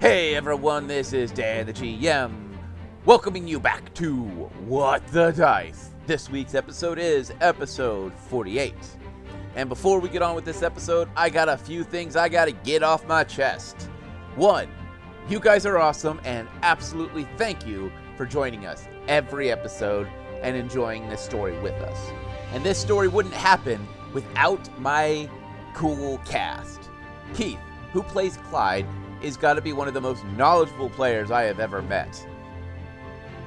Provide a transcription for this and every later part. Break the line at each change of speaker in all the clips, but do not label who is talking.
Hey everyone, this is Dan the GM, welcoming you back to What the Dice. This week's episode is episode 48. And before we get on with this episode, I got a few things I gotta get off my chest. One, you guys are awesome and absolutely thank you for joining us every episode and enjoying this story with us. And this story wouldn't happen without my cool cast. Keith, who plays Clyde, is got to be one of the most knowledgeable players I have ever met.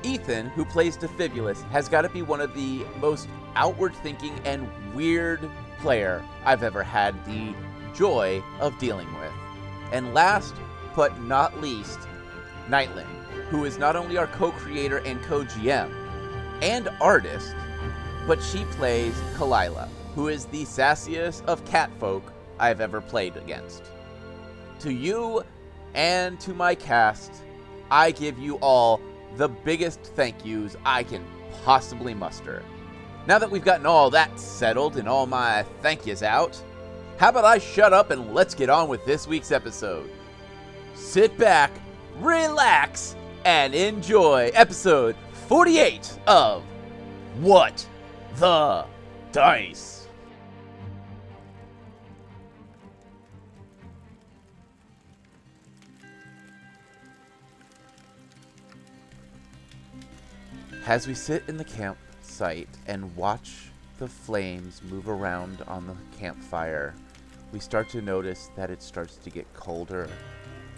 Ethan, who plays Defibulus, has got to be one of the most outward thinking and weird player I've ever had the joy of dealing with. And last but not least, Nightling, who is not only our co creator and co GM and artist, but she plays Kalila, who is the sassiest of catfolk I've ever played against. To you and to my cast, I give you all the biggest thank yous I can possibly muster. Now that we've gotten all that settled and all my thank yous out, how about I shut up and let's get on with this week's episode? Sit back, relax, and enjoy episode 48 of What the Dice. As we sit in the campsite and watch the flames move around on the campfire, we start to notice that it starts to get colder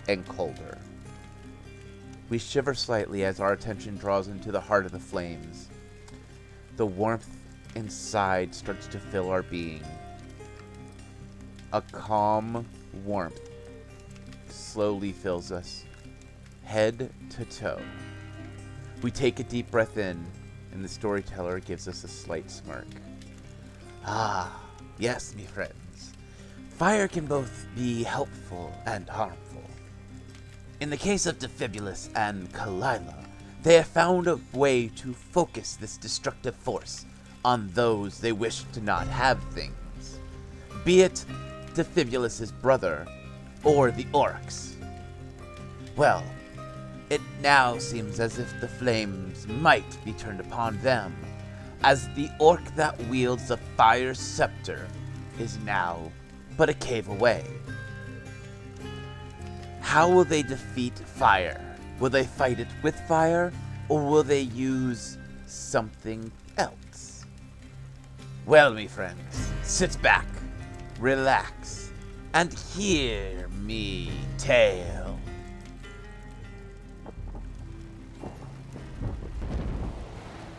and colder. We shiver slightly as our attention draws into the heart of the flames. The warmth inside starts to fill our being. A calm warmth slowly fills us, head to toe. We take a deep breath in, and the storyteller gives us a slight smirk. Ah, yes, me friends. Fire can both be helpful and harmful. In the case of Defibulus and Kalila, they have found a way to focus this destructive force on those they wish to not have things. Be it Defibulus's brother or the orcs. Well, it now seems as if the flames might be turned upon them, as the orc that wields the fire scepter is now but a cave away. How will they defeat fire? Will they fight it with fire, or will they use something else? Well, me friends, sit back, relax, and hear me tale.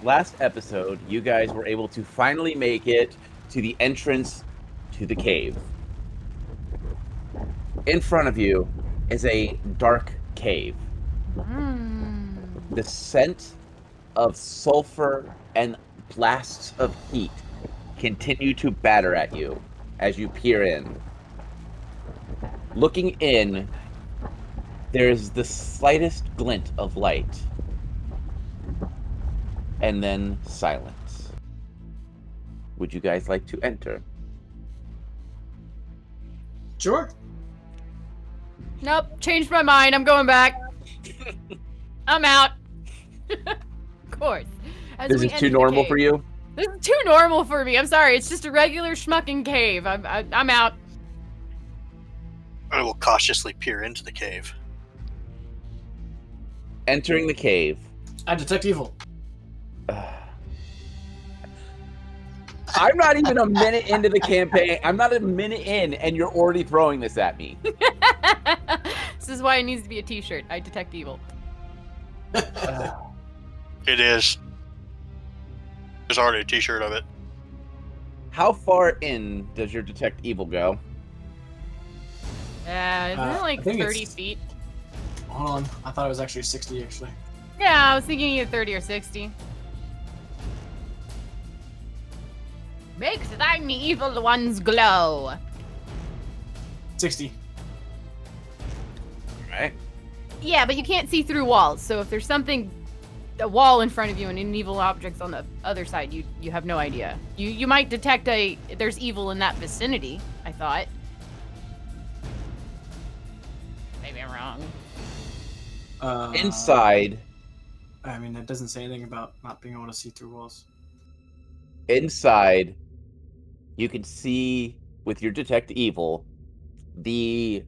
last episode, you guys were able to finally make it to the entrance to the cave. In front of you is a dark cave.
Hmm.
The scent of sulfur and blasts of heat continue to batter at you as you peer in. Looking in, there is the slightest glint of light and then silence. Would you guys like to enter?
Sure.
Nope, changed my mind. I'm going back. I'm out. of course. As
this
we
is
enter
too
the
normal
cave-
for you.
This is too normal for me. I'm sorry. It's just a regular schmucking cave. I'm I, I'm out.
I will cautiously peer into the cave.
Entering the cave.
I detect evil.
Ugh. I'm not even a minute into the campaign. I'm not a minute in, and you're already throwing this at me.
this is why it needs to be a T-shirt. I detect evil.
Ugh.
It is. There's already a T-shirt of it.
How far in does your detect evil go?
Uh, isn't
Uh,
it
I
like
think
30
it's-
feet?
Hold on. I thought it was actually 60, actually.
Yeah, I was thinking either 30 or 60. Makes thine evil ones glow.
60.
All right.
Yeah, but you can't see through walls. So if there's something, a wall in front of you and an evil object's on the other side, you you have no idea. You you might detect a there's evil in that vicinity. I thought. I Maybe I'm wrong.
Uh,
Inside,
I mean, that doesn't say anything about not being able to see through walls.
inside, you can see with your detect evil the.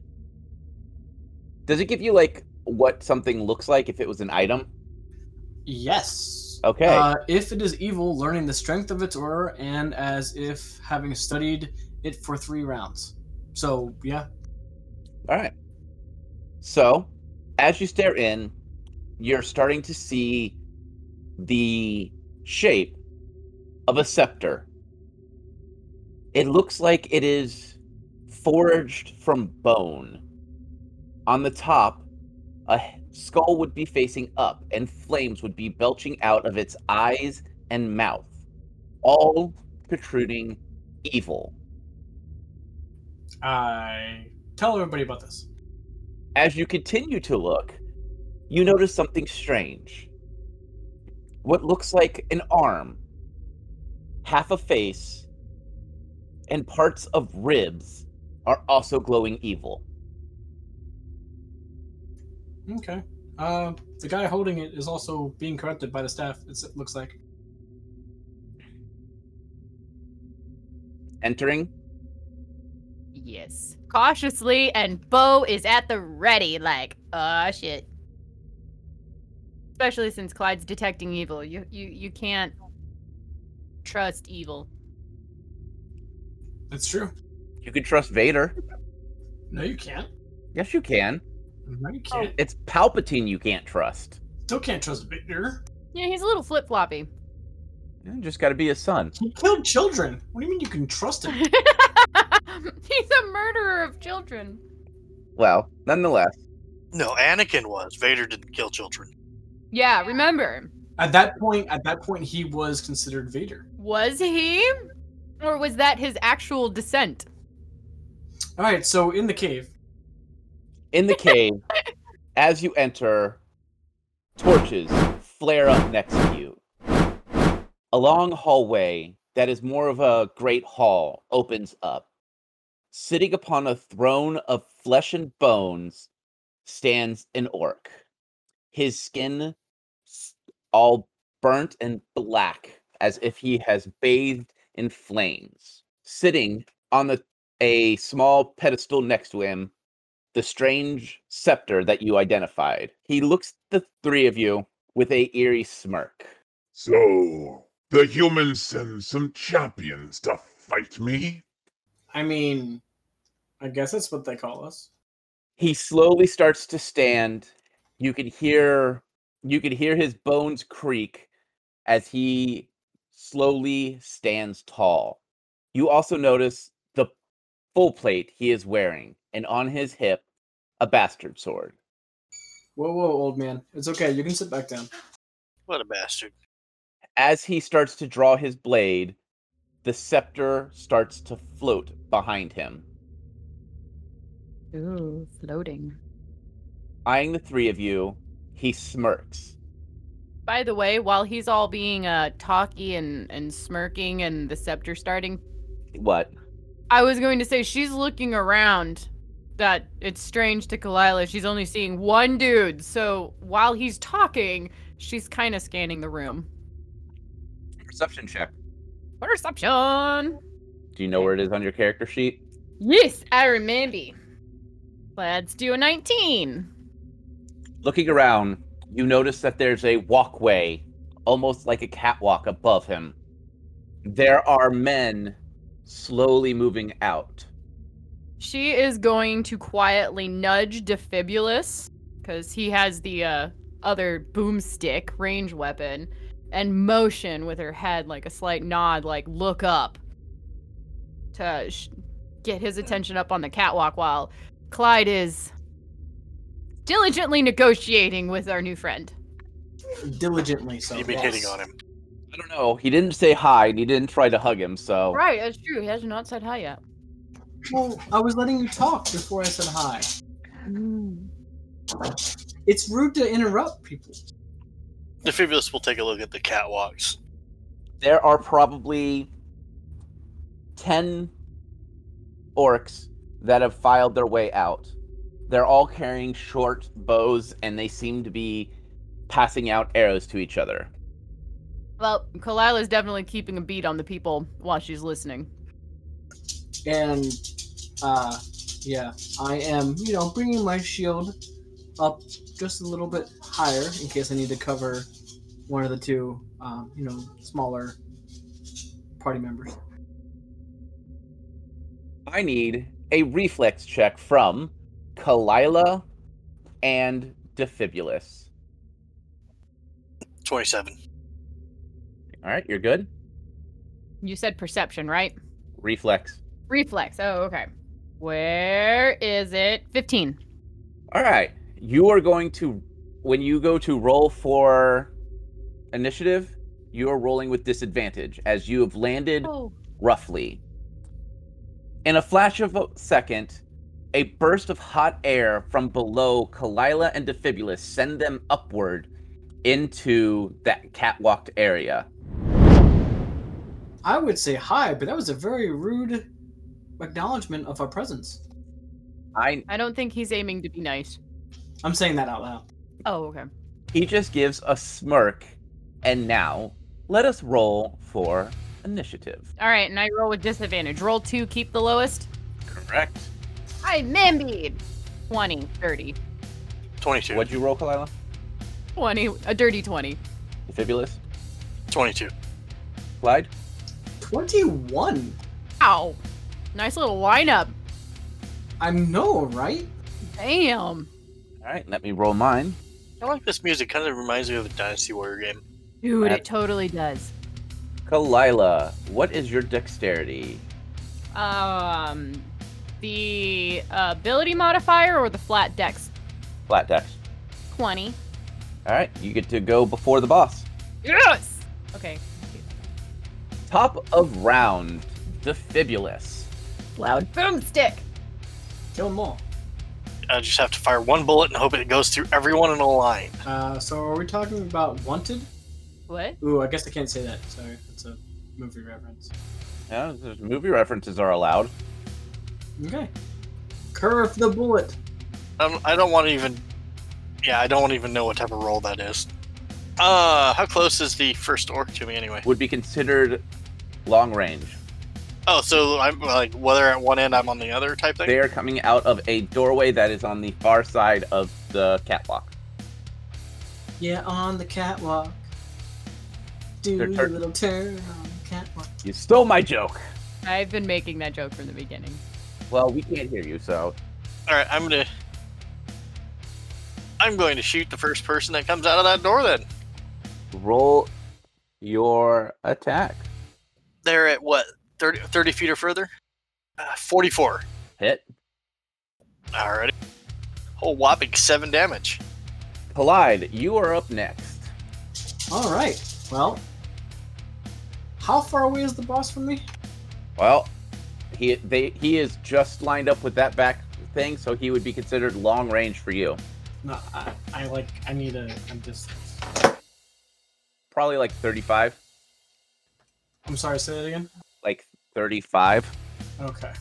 Does it give you like what something looks like if it was an item?
Yes.
Okay.
Uh, if it is evil, learning the strength of its aura, and as if having studied it for three rounds. So yeah,
All right. So, as you stare in, you're starting to see the shape of a scepter. It looks like it is forged from bone. On the top, a h- skull would be facing up, and flames would be belching out of its eyes and mouth, all protruding evil.
I tell everybody about this.
As you continue to look, you notice something strange. What looks like an arm, half a face, and parts of ribs are also glowing evil.
Okay. Uh, the guy holding it is also being corrupted by the staff. It's, it looks like.
Entering,
Yes. Cautiously, and Bo is at the ready, like, ah, shit. Especially since Clyde's detecting evil. You, you, you can't trust evil.
It's true.
you can trust Vader.
No, you can't.
Yes, you can.
No, you can't.
It's Palpatine you can't trust.
Still can't trust Victor.
Yeah, he's a little flip floppy.
You just got to be his son.
He killed children. What do you mean you can trust him?
he's a murderer of children.
Well, nonetheless,
No, Anakin was. Vader didn't kill children.
Yeah, remember.
at that point, at that point, he was considered Vader.
Was he? Or was that his actual descent?
All right. So in the cave,
in the cave, as you enter, torches flare up next to you. A long hallway that is more of a great hall opens up. Sitting upon a throne of flesh and bones stands an orc. His skin s- all burnt and black as if he has bathed in flames. Sitting on the, a small pedestal next to him the strange scepter that you identified. He looks at the three of you with a eerie smirk.
So, the humans send some champions to fight me?
I mean, I guess that's what they call us.
He slowly starts to stand. You can hear you can hear his bones creak as he slowly stands tall. You also notice the full plate he is wearing and on his hip a bastard sword.
Whoa, whoa, old man. It's okay. You can sit back down.
What a bastard.
as he starts to draw his blade, the scepter starts to float behind him.
Ooh, floating.
Eyeing the three of you, he smirks.
By the way, while he's all being uh, talky and, and smirking and the scepter starting,
What?
I was going to say she's looking around. That it's strange to Kalila. She's only seeing one dude. So while he's talking, she's kind of scanning the room.
Perception check.
Perception.
Do you know where it is on your character sheet?
Yes, I remember. Let's do a 19.
Looking around, you notice that there's a walkway, almost like a catwalk above him. There are men slowly moving out.
She is going to quietly nudge Defibulus because he has the uh, other boomstick range weapon and motion with her head like a slight nod, like look up to sh- get his attention up on the catwalk while Clyde is diligently negotiating with our new friend.
Diligently. So
You've been
Oh, yes.
hitting on him.
I don't know. He didn't say hi and he didn't try to hug him, so.
Right, that's true. He has not said hi yet.
Well, I was letting you talk before I said hi. It's rude to interrupt people.
Defibulus will take a look at the catwalks.
there are probably 10 orcs that have filed their way out. They're all carrying short bows and they seem to be passing out arrows to each other.
Well, Kalila's definitely keeping a beat on the people while she's listening.
and uh, yeah, I am you know bringing my shield up just a little bit higher in case I need to cover one of the two um, you know smaller party members.
I need a reflex check from Kalila and Defibulus.
27.
All right, you're good.
You said perception, right?
Reflex.
Reflex. Oh, okay. Where is it? 15.
All right, you are going to when you go to roll for initiative, you are rolling with disadvantage as you have landed
Oh.
roughly. In a flash of a second, a burst of hot air from below Kalila and Defibulus send them upward into that catwalked area.
I would say hi, but that was a very rude acknowledgement of our presence.
I
I don't think he's aiming to be nice.
I'm saying that out loud.
Oh, okay.
he just gives a smirk, and now let us roll for initiative.
All right, and I roll with disadvantage. Roll two, keep the lowest.
Correct.
I mambied. 20, 30.
22.
What'd you roll, Kalila?
20, a dirty 20.
Defibulus,
22.
Clyde.
Twenty-one.
Ow. Nice little lineup.
I know, right?
Damn.
All right, let me roll mine.
I like this music. Kind of reminds me of a Dynasty Warrior game.
Dude,
That-
it totally does.
Kalila, what is your dexterity?
Um, the uh, ability modifier or the flat dex?
Flat dex.
20.
All right, you get to go before the boss.
Yes! Okay.
Top of round, Defibulus.
Loud boomstick.
Kill them all.
I just have to fire one bullet and hope it goes through everyone in a line.
Uh, so are we talking about wanted?
What?
Ooh, I guess I can't say that. Sorry, that's a movie reference.
Yeah, there's movie references are allowed.
Okay. Curve the bullet.
I'm, I don't want to even. Yeah, I don't want to even know what type of roll that is. Uh, how close is the first orc to me anyway?
Would be considered long range.
Oh, so I'm like whether at one end I'm on the other type thing.
They are coming out of a doorway that is on the far side of the catwalk.
Yeah, on the catwalk. Do
They're
a
tur-
little turn on the catwalk.
You stole my joke.
I've been making that joke from the beginning.
Well, we can't hear you, so
All right, I'm gonna. I'm going to shoot the first person that comes out of that door. Then
roll your attack.
they're at what 30, 30 feet or further. Uh, Forty-four.
Hit.
Alrighty. Whole whopping seven damage.
Collide, you are up next.
All right. Well, how far away is the boss from me?
Well, he they he is just lined up with that back thing, so he would be considered long range for you.
No, I, I like. I need a. I'm just.
Probably like 35,
I'm sorry. Say that again.
like 35.
Okay.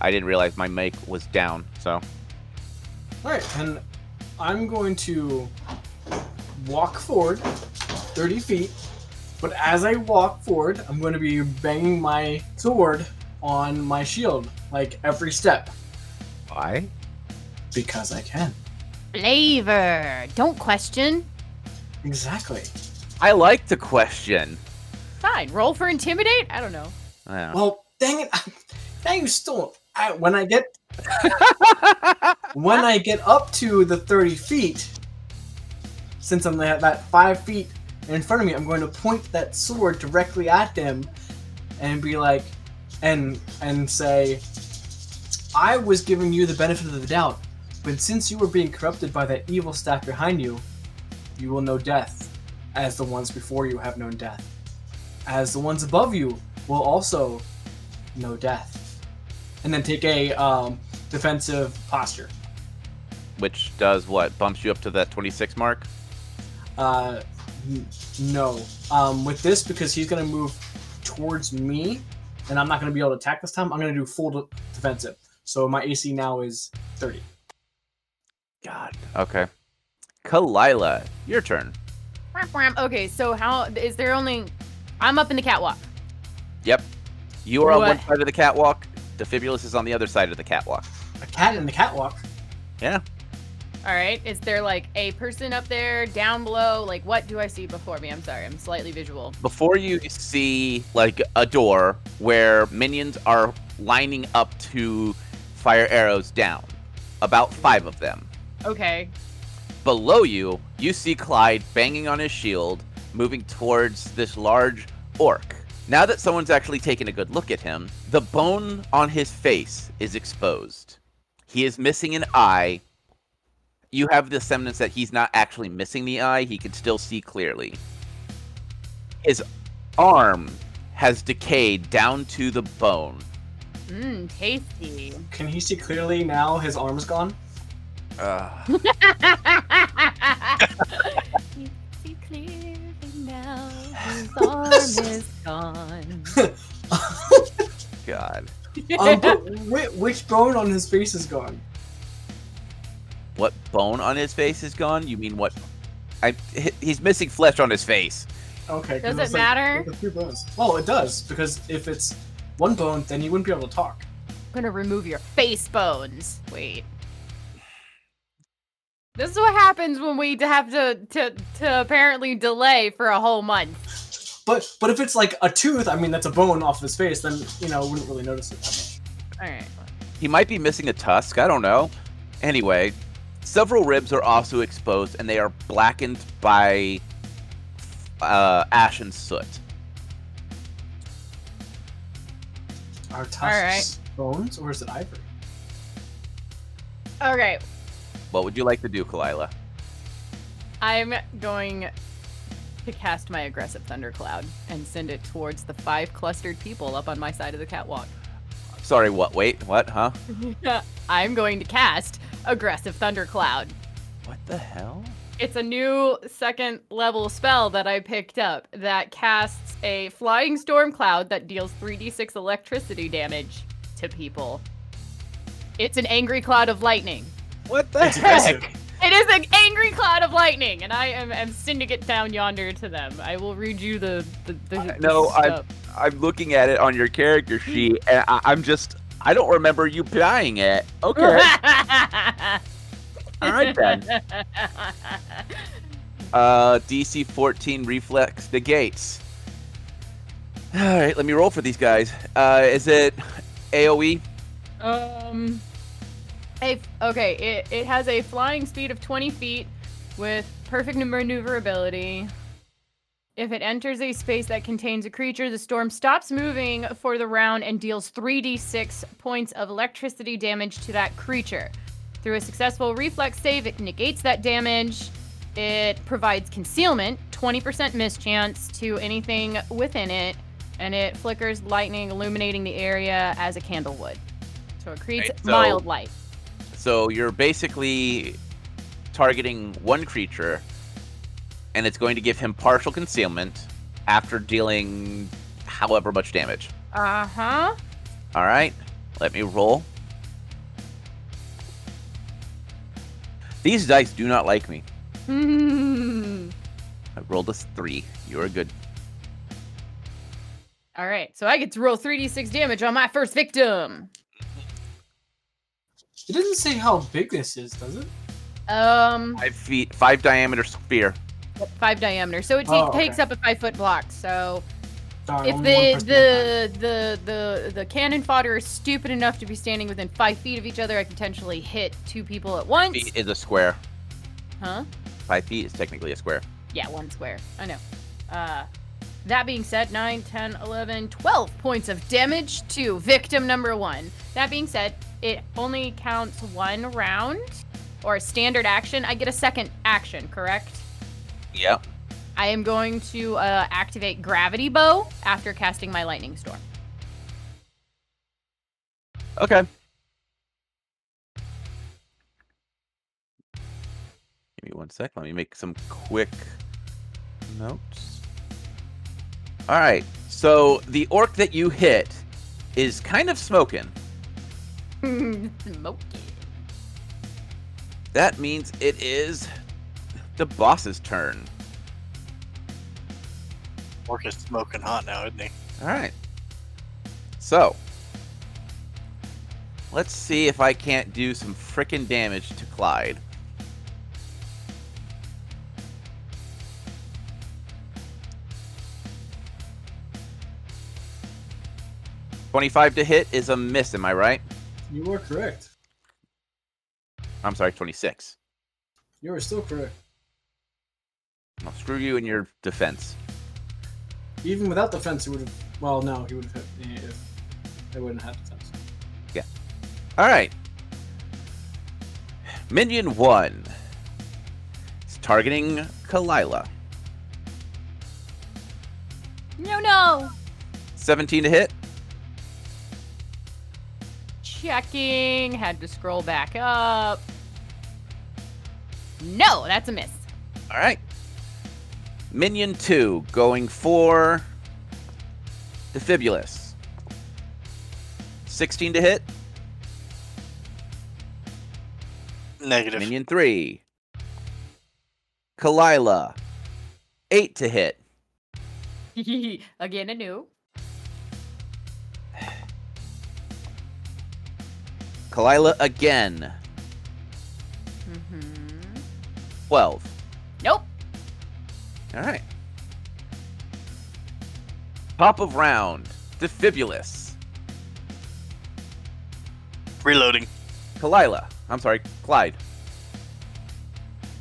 I didn't realize my mic was down, so
All right, and I'm going to walk forward 30 feet. But as I walk forward, I'm going to be banging my sword on my shield, like every step,
Why?
because I can.
Flavor. Don't question.
Exactly.
I like to question.
Fine. Roll for intimidate? I don't know.
Yeah.
Well, dang it! Now you stole. I, when I get when I get up to the 30 feet, since I'm at that five feet in front of me, I'm going to point that sword directly at them and be like, and and say, I was giving you the benefit of the doubt, but since you were being corrupted by that evil staff behind you, you will know death, as the ones before you have known death, as the ones above you will also know death, and then take a um, defensive posture.
Which does what? Bumps you up to that 26 mark?
Uh, n- no. Um, with this, because he's going to move towards me, and I'm not going to be able to attack this time, I'm going to do full de- defensive. So my AC now is 30.
God. Okay. Kalila, your turn.
Wham, wham. Okay, so how is there only? I'm up in the catwalk.
Yep. You are on one
What?
side of the catwalk. Defibulus is on the other side of the catwalk.
A cat in the catwalk.
All right. Is there like a person up there, down below? Like, what do I see before me? I'm sorry, I'm slightly visual.
Before you see like a door where minions are lining up to fire arrows down, about five of them.
Okay.
Below you, you see Clyde banging on his shield, moving towards this large orc. Now that someone's actually taken a good look at him, the bone on his face is exposed. He is missing an eye. You have the semblance that he's not actually missing the eye, he can still see clearly. His arm has decayed down to the bone.
Mmm, tasty.
Can he see clearly now? His arm's gone.
Ugh.
See clearly now, his arm is gone.
God.
Um, but whi- which bone on his face is gone?
What bone on his face is gone? You mean what? I, he- he's missing flesh on his face.
Okay.
Does
'cause was
it matter?
there's a few bones. Oh, it does because if it's one bone, then you wouldn't be able to talk.
I'm gonna remove your face bones. Wait. This is what happens when we have to to, to apparently delay for a whole month.
But but if it's like a tooth, I mean that's a bone off his face, then you know wouldn't really notice it that much.
All right.
He might be missing a tusk. I don't know. Anyway, several ribs are also exposed, and they are blackened by uh, ash and soot.
Are tusks
right.
bones or is it ivory?
Okay.
What would you like to do, Kalila?
I'm going to cast my aggressive thundercloud and send it towards the five clustered people up on my side of the catwalk.
Sorry, what? Wait, what? Huh?
I'm going to cast aggressive thundercloud.
What the hell?
It's a new second level spell that I picked up that casts a flying storm cloud that deals 3d6 electricity damage to people. It's an angry cloud of lightning.
What the
It's
heck?
aggressive.
It is an angry cloud of lightning, and I am, am sending it down yonder to them. I will read you the the, the, the
No, I-
stuff.
I'm looking at it on your character sheet, and I- I'm just. I don't remember you buying it. Okay. All right, then. Uh, DC 14 reflex negates. All right, let me roll for these guys. Uh, is it E? AOE?
Um. A, okay, it, it has a flying speed of 20 feet with perfect maneuverability. If it enters a space that contains a creature, the storm stops moving for the round and deals 3d6 points of electricity damage to that creature. Through a successful reflex save, it negates that damage. It provides concealment, 20% mischance to anything within it, and it flickers lightning, illuminating the area as a candle would. So it creates
Right, so-
mild light.
So you're basically targeting one creature, and it's going to give him partial concealment after dealing however much damage.
Uh huh.
All right, let me roll. These dice do not like me.
Hmm.
I rolled a three. You are good.
All right, so I get to roll 3d6 damage on my first victim.
It doesn't say how big this is, does it?
Um,
Five feet, five diameter sphere.
five diameter. So it ta-
Oh, okay.
takes up a five foot block. So
Darn,
if
only one
the
person died.
the, the the the cannon fodder is stupid enough to be standing within five feet of each other, I can potentially hit two people at once.
Feet is a square.
Huh?
Five feet is technically a square.
Yeah, one square. I know. Uh, that being said, 9, 10, 11, 12 points of damage to victim number one. That being said, it only counts one round or a standard action. I get a second action, correct?
Yep.
I am going to uh, activate Gravity Bow after casting my Lightning Storm.
Okay. Give me one sec. Let me make some quick notes. All right. So the orc that you hit is kind of smoking.
Smoke it.
That means it is the boss's turn.
Orc is smoking hot now, isn't he?
All right. So, let's see if I can't do some frickin' damage to Clyde. Twenty-five to hit is a miss. Am I right?
You are correct.
I'm sorry, twenty-six.
You are still correct.
I'll screw you in your defense.
Even without the fence, he would have. Well, no, he would have hit me if I wouldn't have the fence.
All right. Minion one. It's targeting Kalila.
No, no.
Seventeen to hit.
Checking. Had to scroll back up. No, that's a miss.
All right. Minion two going for Defibulus. Sixteen to hit.
Negative.
Minion three. Kalila. Eight to hit.
Again, a new.
Kalila again.
hmm
Twelve.
Nope.
All right. Top of round. Defibulus.
Reloading.
Kalila. I'm sorry, Clyde.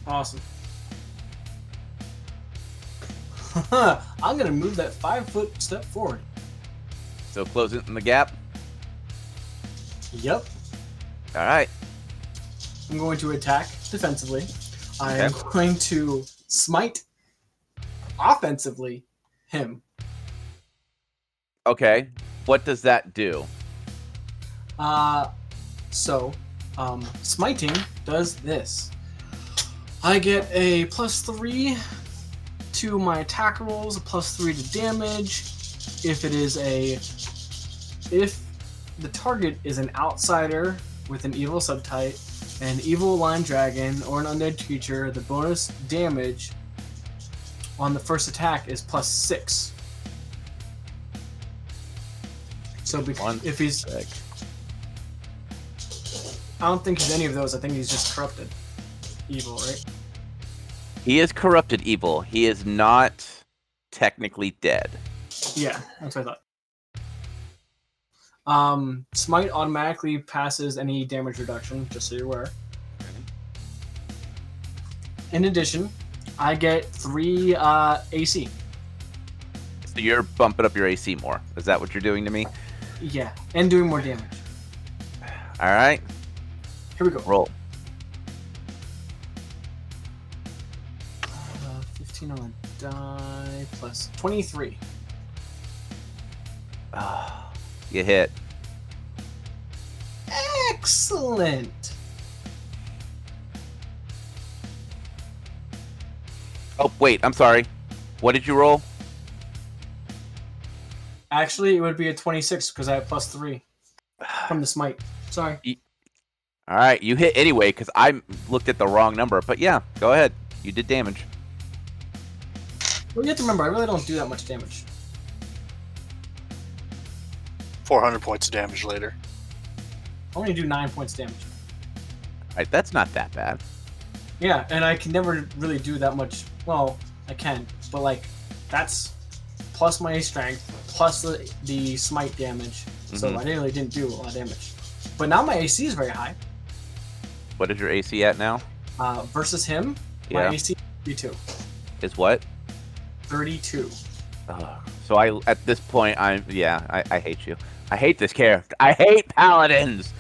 Awesome. I'm gonna move that five foot step forward.
So closing in the gap.
Yep.
All right.
I'm going to attack defensively. I am
Okay.
going to smite offensively him.
Okay. What does that do?
Uh, so, um, smiting does this. I get a plus three to my attack rolls, a plus three to damage. If it is a, if the target is an outsider with an evil subtype, an evil line dragon, or an undead creature, the bonus damage on the first attack is plus six. So bec-
One
if he's I don't think he's any of those. I think he's just corrupted. Evil, right?
He is corrupted evil. He is not technically dead.
Yeah, that's what I thought. Um, smite automatically passes any damage reduction, just so you're aware. In addition, I get three uh, AC.
So you're bumping up your AC more. Is that what you're doing to me?
Yeah, and doing more damage.
All right.
Here we go.
Roll.
Uh, 15 on the die plus 23.
Ah, you hit.
Excellent.
Oh wait, I'm sorry. What did you roll?
Actually, it would be a 26 because I have plus three from the smite. Sorry.
All right, you hit anyway because I looked at the wrong number. But yeah, go ahead. You did damage.
Well, you have to remember, I really don't do that much damage.
400 points of damage later.
I only do nine points damage.
All right, that's not that bad.
Yeah, and I can never really do that much. Well, I can, but like, that's plus my strength plus the, the smite damage. So
Mhm.
I really didn't do a lot of damage. But now my AC is very high.
What is your AC at now?
Uh, versus him, my
Yeah,
AC is 32.
is what?
32.
Ugh. So I at this point I'm yeah I, I hate you. I hate this character. I hate paladins.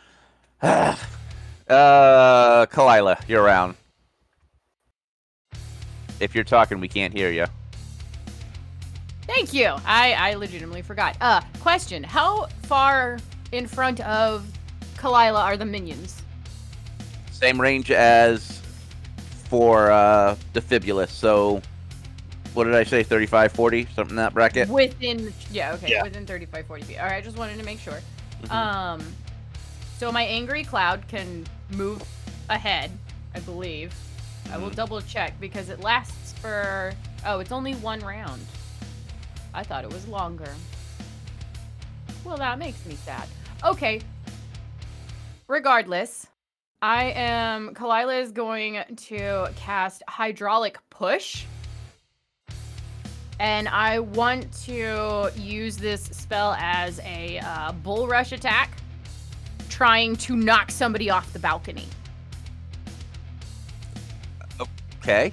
Ugh. uh, Kalila, you're around. If you're talking, we can't hear you.
Thank you. I, I legitimately forgot. Uh, question. How far in front of Kalila are the minions?
Same range as for uh Defibulus. So what did I say? 35, 40, something in that bracket.
Within, yeah, okay,
Yeah.
within 35, 40 feet. All right, I just wanted to make sure.
Mhm.
Um, so my angry cloud can move ahead, I believe. I will double check because it lasts for. Oh, it's only one round. I thought it was longer. Well, that makes me sad. Okay. Regardless, I am. Kalila is going to cast Hydraulic Push. And I want to use this spell as a uh, bull rush attack, trying to knock somebody off the balcony.
Okay.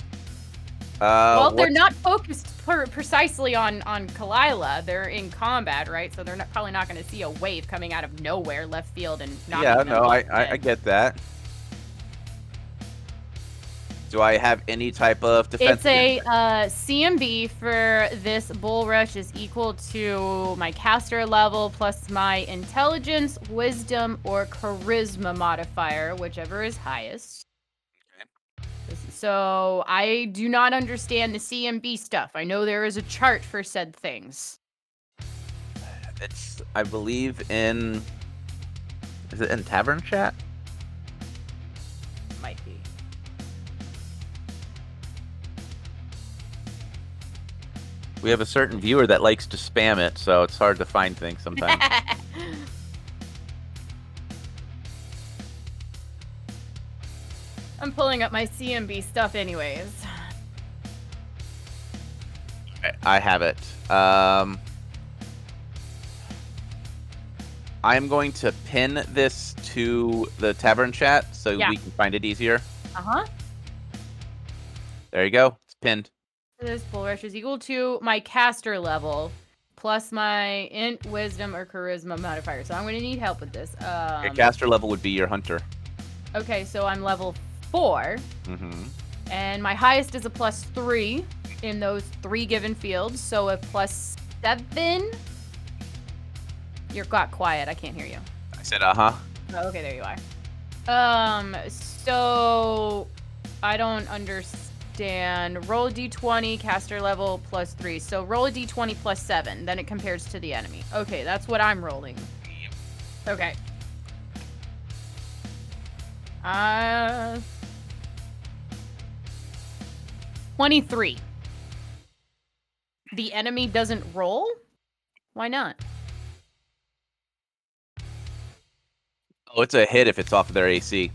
Uh,
well, they're
what-
not focused per- precisely on on Kalila. They're in combat, right? So they're not, probably not going to see a wave coming out of nowhere, left field, and knocking
Yeah,
them
no, I,
off
I, I
the-
get that. Do I have any type of defense?
It's a uh, CMB for this bull rush is equal to my caster level plus my intelligence, wisdom, or charisma modifier, whichever is highest. So I do not understand the CMB stuff. I know there is a chart for said things.
against- It's, I believe in. Is it in tavern chat?
Might be.
We have a certain viewer that likes to spam it, so it's hard to find things sometimes.
I'm pulling up my CMB stuff, anyways.
I- I have it. Um, I am going to pin this to the tavern chat so
Yeah.
we can find it easier.
Uh huh.
There you go. It's pinned.
This bull rush is equal to my caster level plus my int, wisdom, or charisma modifier. So I'm going to need help with this. Um,
Your caster level would be your hunter.
okay, so I'm level four,
hmm
and my highest is a plus three in those three given fields. So a plus seven. You're got quiet. I can't hear you.
I said, uh huh.
Oh, okay, there you are. Um, so I don't understand. Roll a d20, caster level plus three. So roll a d20 plus seven. Then it compares to the enemy. Okay, that's what I'm rolling. Okay. Uh. 23. The enemy doesn't roll? Why not?
Oh, it's a hit if it's off of their AC.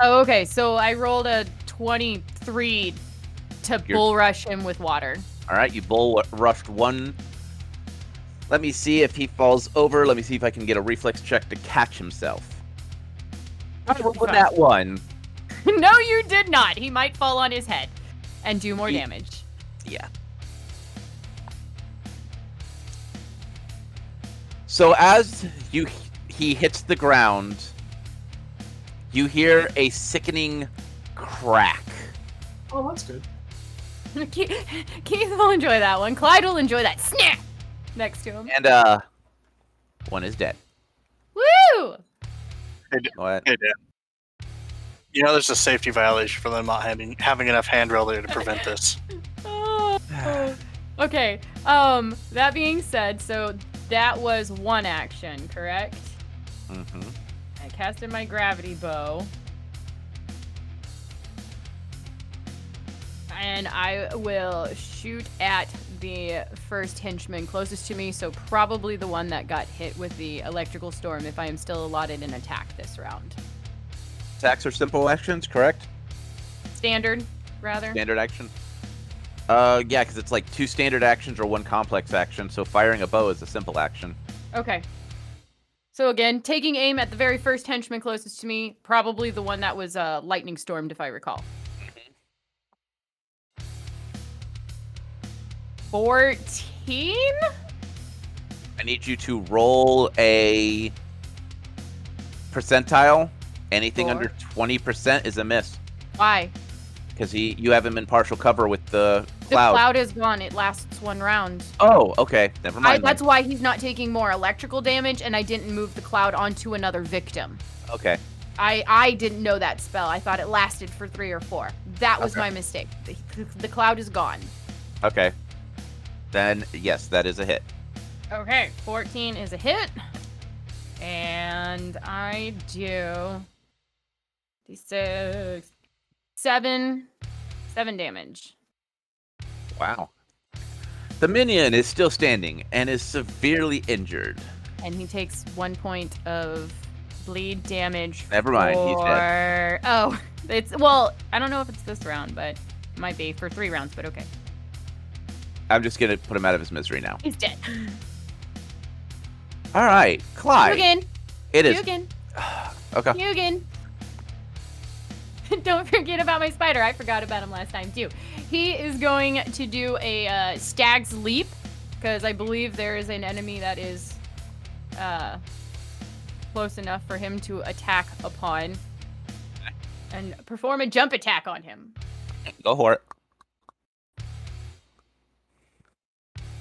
Oh, okay. So I rolled a 23 to
You're-
bull rush him with water.
All right, you bull rushed one. Let me see if he falls over. Let me see if I can get a reflex check to catch himself. I rolled
Okay.
that one.
no, you did not. He might fall on his head and do more
Ye-
damage.
Yeah. So as you he hits the ground, you hear a sickening crack.
Oh, that's good.
Keith Keith will enjoy that one. Clyde will enjoy that snap next to him.
And uh one is dead.
Woo!
What?
Hey, Dan. You know, there's a safety violation for them not having having enough handrail there to prevent this.
Oh. Okay. Um. That being said, so that was one action, correct?
Mm-hmm.
I casted my gravity bow. And I will shoot at the first henchman closest to me, so probably the one that got hit with the electrical storm if I am still allotted an attack this round.
Attacks are simple actions, correct?
Standard, rather.
Standard action. Uh, yeah, because it's like two standard actions or one complex action. So firing a bow is a simple action.
Okay. So again, taking aim at the very first henchman closest to me, probably the one that was uh, lightning stormed, if I recall. Fourteen.
I need you to roll a percentile. Anything
Four.
under twenty percent is a miss
Why?
because he you have him in partial cover with the
The
cloud.
cloud is gone. It lasts one round.
Oh, okay. Never
I,
mind. then.
that's why he's not taking more electrical damage, and I didn't move the cloud onto another victim.
Okay.
I I didn't know that spell. I thought it lasted for three or four. That was
Okay.
my mistake. The, the cloud is gone.
Okay. Then yes, that is a hit.
Okay, 14 is a hit. And I do D6. Seven. Seven damage.
Wow. The minion is still standing and is severely injured.
And he takes one point of bleed damage.
Never mind, he's
For... Oh, it's. Well, I don't know if it's this round, but it might be for three rounds, but okay.
I'm just gonna put him out of his misery now.
He's dead.
All right, Clyde.
Hugin!
It is
Hugin!
okay.
Hugin! Don't forget about my spider. I forgot about him last time, too. He is going to do a uh, stag's leap because I believe there is an enemy that is uh, close enough for him to attack upon and perform a jump attack on him.
Go for it.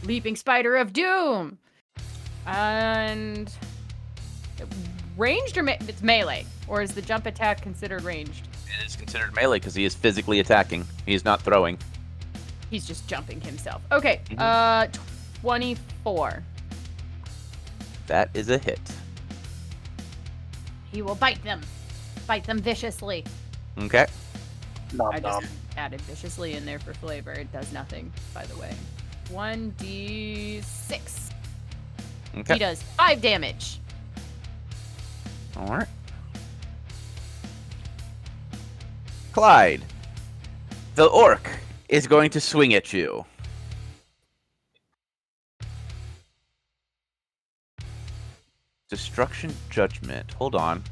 Leaping Spider of Doom. And ranged or me- it's melee, or is the jump attack considered ranged?
It is considered melee because he is physically attacking. He's not throwing.
He's just jumping himself. Okay,
Mhm.
uh, twenty-four.
That is a hit.
He will bite them, bite them viciously.
Okay.
Nom
I
nom.
just added viciously in there for flavor. It does nothing, by the way. One d six.
Okay.
He does five damage.
All right. Clyde, the orc is going to swing at you. Destruction Judgment. Hold on.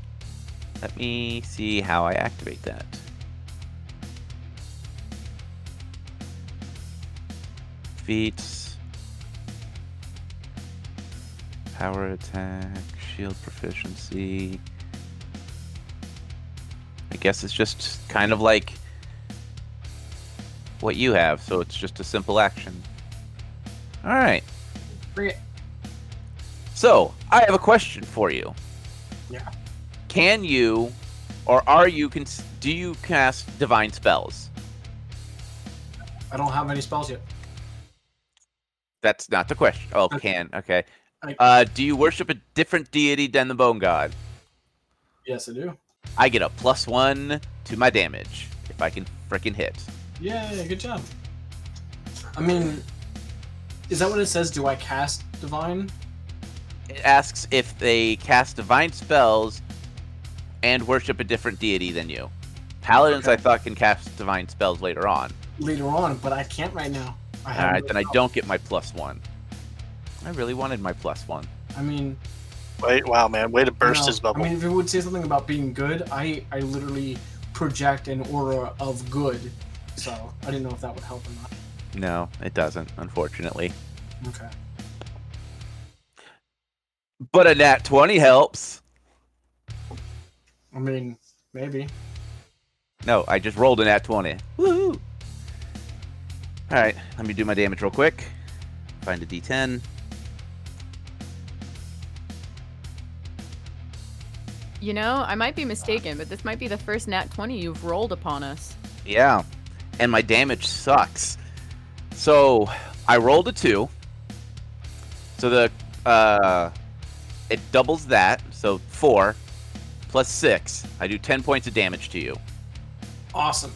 Let me see how I activate that. Feats. Power attack, shield proficiency. I guess it's just kind of like what you have, so it's just a simple action. All right.
Bring it.
So, I have a question for you.
Yeah.
Can you, or are you, cons- do you cast divine spells?
I don't have any spells yet.
That's not the question. Oh,
Okay.
can. Okay.
I-
Uh, do you worship a different deity than the bone god?
Yes, I do.
I get a plus one to my damage if I can frickin' hit.
Yeah, good job. I mean, is that what it says? Do I cast divine?
It asks if they cast divine spells and worship a different deity than you. Paladins, I thought, can cast divine spells later on.
later on, but I can't right now. I
All
haven't
right, then I
really-
don't get my plus one. I really wanted my plus one.
I mean,
Wait, wow, man. Way to burst
no.
his bubble.
I mean, if it would say something about being good, I I literally project an aura of good, so I didn't know if that would help or not.
No, it doesn't, unfortunately.
Okay.
But a nat 20 helps.
I mean, maybe.
No, I just rolled a nat 20. Woohoo! All right, let me do my damage real quick. Find a d10.
You know, I might be mistaken, but this might be the first nat twenty you've rolled upon us.
Yeah. And my damage sucks. So I rolled a two. So the uh it doubles that, so four plus six. I do ten points of damage to you.
Awesome.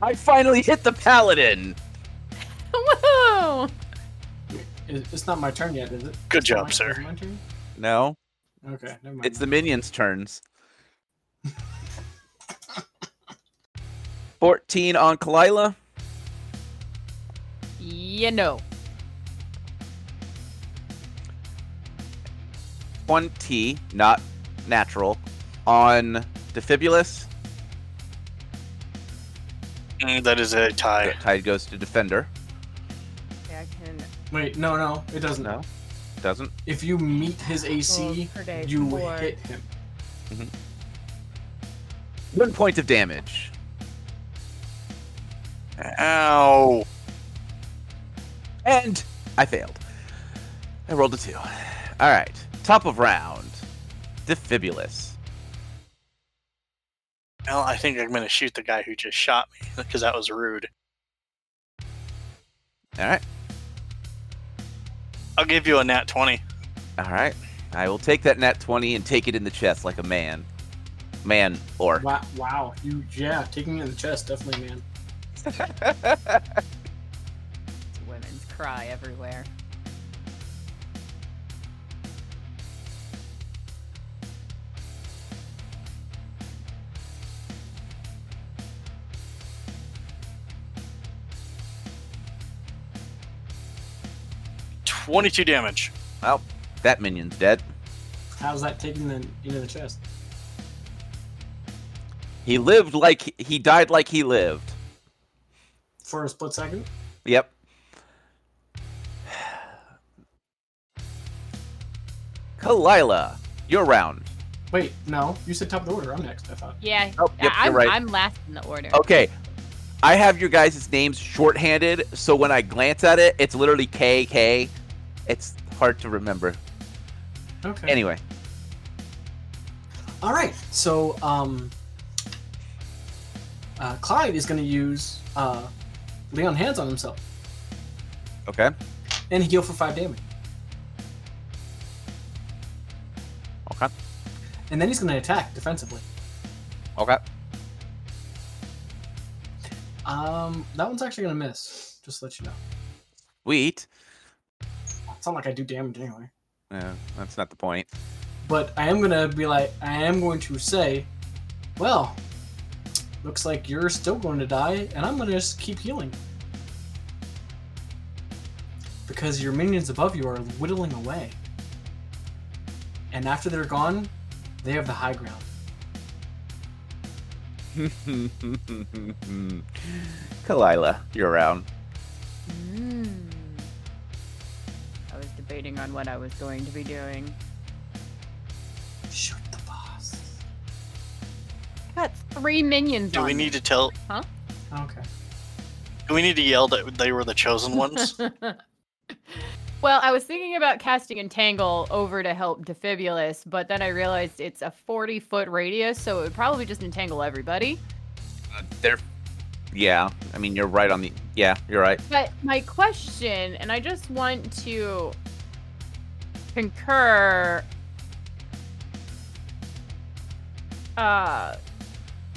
I finally hit the paladin!
Woohoo!
It, it's not my turn yet, is it?
Good
My-
job,
is
sir.
my turn?
No?
Okay, never mind.
It's the minions' turns. Fourteen on Kalila.
You know.
20, not natural, on Defibulus.
Mm, that is a tie.
Tide goes to Defender.
Okay, I can
Wait, no, no, it doesn't.
No, doesn't.
If you meet his AC,
per day
you
for-
hit him.
One point of damage.
Ow.
And I failed. I rolled a two. All right. Top of round. Defibulus.
Well, I think I'm going to shoot the guy who just shot me because that was rude.
All right.
I'll give you a nat 20.
All right. I will take that nat 20 and take it in the chest like a man. man orc.
Wow, wow, you yeah, taking it in the chest, definitely, man.
It's women's cry everywhere.
Twenty-two damage.
Well, that minion's dead.
How's that taking the into the chest?
He lived like he died like he lived.
For a split second?
Yep. Kalila, your round.
Wait, no, you said top of the order. I'm next. I thought.
Yeah,
Oh, yep,
yeah,
you're
I'm,
right. Oh,
I'm last in the order.
Okay. I have your guys' names shorthanded, so when I glance at it, it's literally KK. It's hard to remember.
Okay.
Anyway,
All right. So, um, uh, Clyde is going to use uh, Leon hands on himself
okay.
and heal for five damage.
Okay.
And then he's going to attack defensively.
Okay.
Um, that one's actually going to miss. Just to let you know.
Sweet.
It's not like I do damage anyway.
No, that's not the point.
But I am gonna be like, I am going to say, well, looks like you're still going to die, and I'm gonna just keep healing. Because your minions above you are whittling away. And after they're gone, they have the high ground.
Kalila, your round.
Mm. I was debating on what I was going to be doing.
Shoot the boss.
Got three minions
Do
on
we
me.
need to tell?
Okay.
Do we need to yell that they were the chosen ones?
well, I was thinking about casting Entangle over to help Defibulus, but then I realized it's a 40 foot radius, so it would probably just entangle everybody.
Uh, they're. Yeah, I mean, you're right on the. Yeah, you're right.
But my question, and I just want to concur. Uh,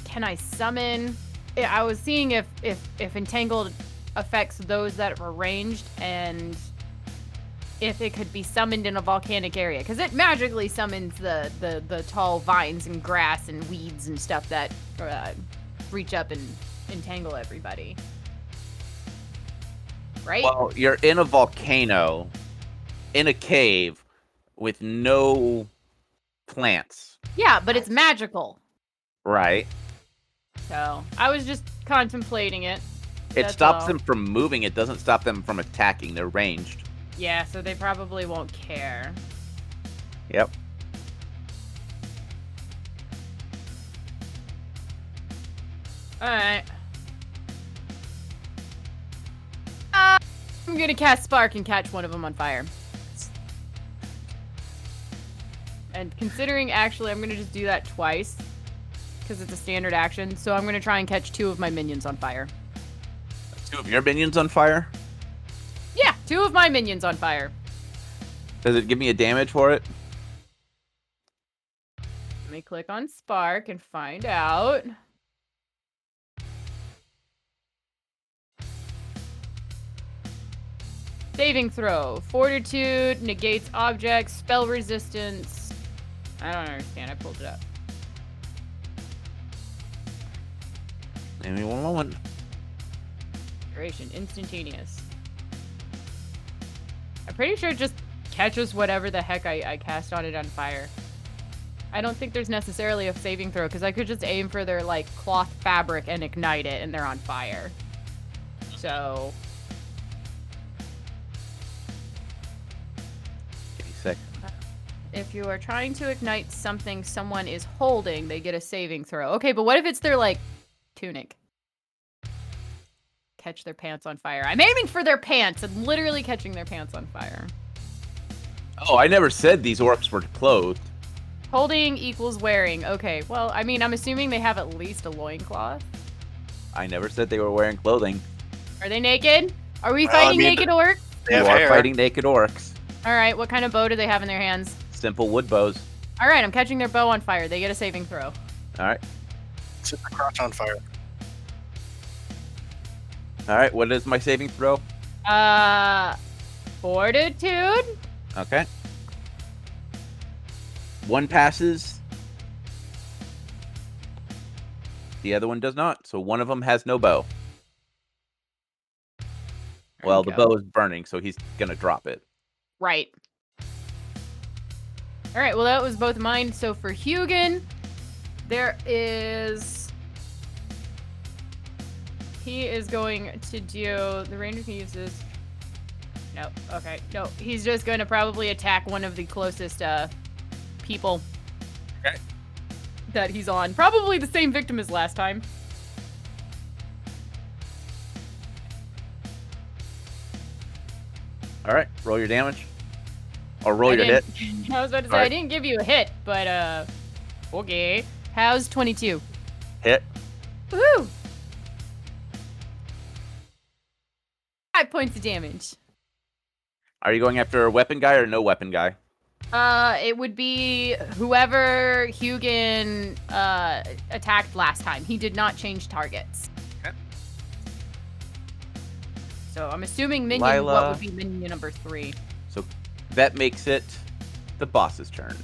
can I summon? I- I was seeing if if if entangled affects those that are ranged and if it could be summoned in a volcanic area because it magically summons the, the the tall vines and grass and weeds and stuff that uh, reach up and entangle everybody right
Well, you're in a volcano, in a cave, with no plants,
Yeah, but it's magical.
right?
So I was just contemplating it.
It
That's
stops
all.
them from moving. It doesn't stop them from attacking. They're ranged.
Yeah, so they probably won't care.
Yep.
Alright. Uh, I'm gonna cast Spark and catch one of them on fire. And considering actually, I'm gonna just do that twice because it's a standard action. So I'm gonna try and catch two of my minions on fire.
Two of your minions on fire.
Yeah, two of my minions on fire.
Does it give me a damage for it?
Let me click on Spark and find out. Saving throw. Fortitude negates objects, spell resistance. I don't understand. I pulled it up.
Give me one moment.
Duration instantaneous. I'm pretty sure it just catches whatever the heck I, I cast on it on fire. I don't think there's necessarily a saving throw because I could just aim for their like cloth fabric and ignite it and they're on fire. So
Give me a sec.
if you are trying to ignite something someone is holding, they get a saving throw. Okay, but what if it's their like tunic? Catch their pants on fire. I'm aiming for their pants and literally catching their pants on fire.
Oh, I never said these orcs were clothed.
Holding equals wearing. Okay. Well, I mean, I'm assuming they have at least a loincloth.
I never said they were wearing clothing.
Are they naked? Are we
Well, Uh, I
fighting
mean,
naked orc?
They have
you are
hair.
fighting naked orcs.
All right. What kind of bow do they have in their hands?
Simple wood bows.
All right. I'm catching their bow on fire. They get a saving throw.
All right.
Set the crotch on fire.
All right, what is my saving throw?
Uh, fortitude.
Okay. One passes. The other one does not. So one of them has no bow.
There
Well,
you
the
go.
bow is burning, so he's going to drop it.
Right. All right. Well, that was both mine. So for Hugin, there is. He is going to do. The ranger can use this. No. Okay. No. He's just going to probably attack one of the closest uh, people.
Okay.
That he's on. Probably the same victim as last time.
All right, roll your damage. Or roll
I
your hit.
didn't- I was about to say
All
I
right.
didn't give you a hit, but uh, okay. How's twenty-two?
Hit.
Woohoo! Five points of damage.
Are you going after a weapon guy or no weapon guy?
Uh, it would be whoever Hugin uh, attacked last time. He did not change targets.
Okay.
So I'm assuming minion. What
Lila.
would be minion number three?
So that makes it the boss's turn.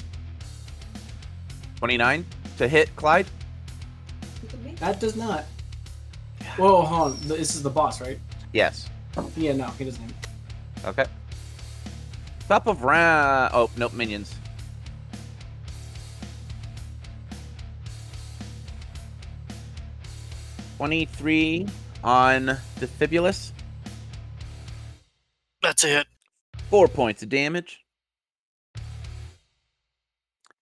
29 to hit Clyde.
That does not. Whoa, hold on. This is the boss, right?
Yes.
Yeah, no, he doesn't.
Okay. Top of round. Oh, nope, minions. Twenty-three on the fibulus.
That's it.
Four points of damage.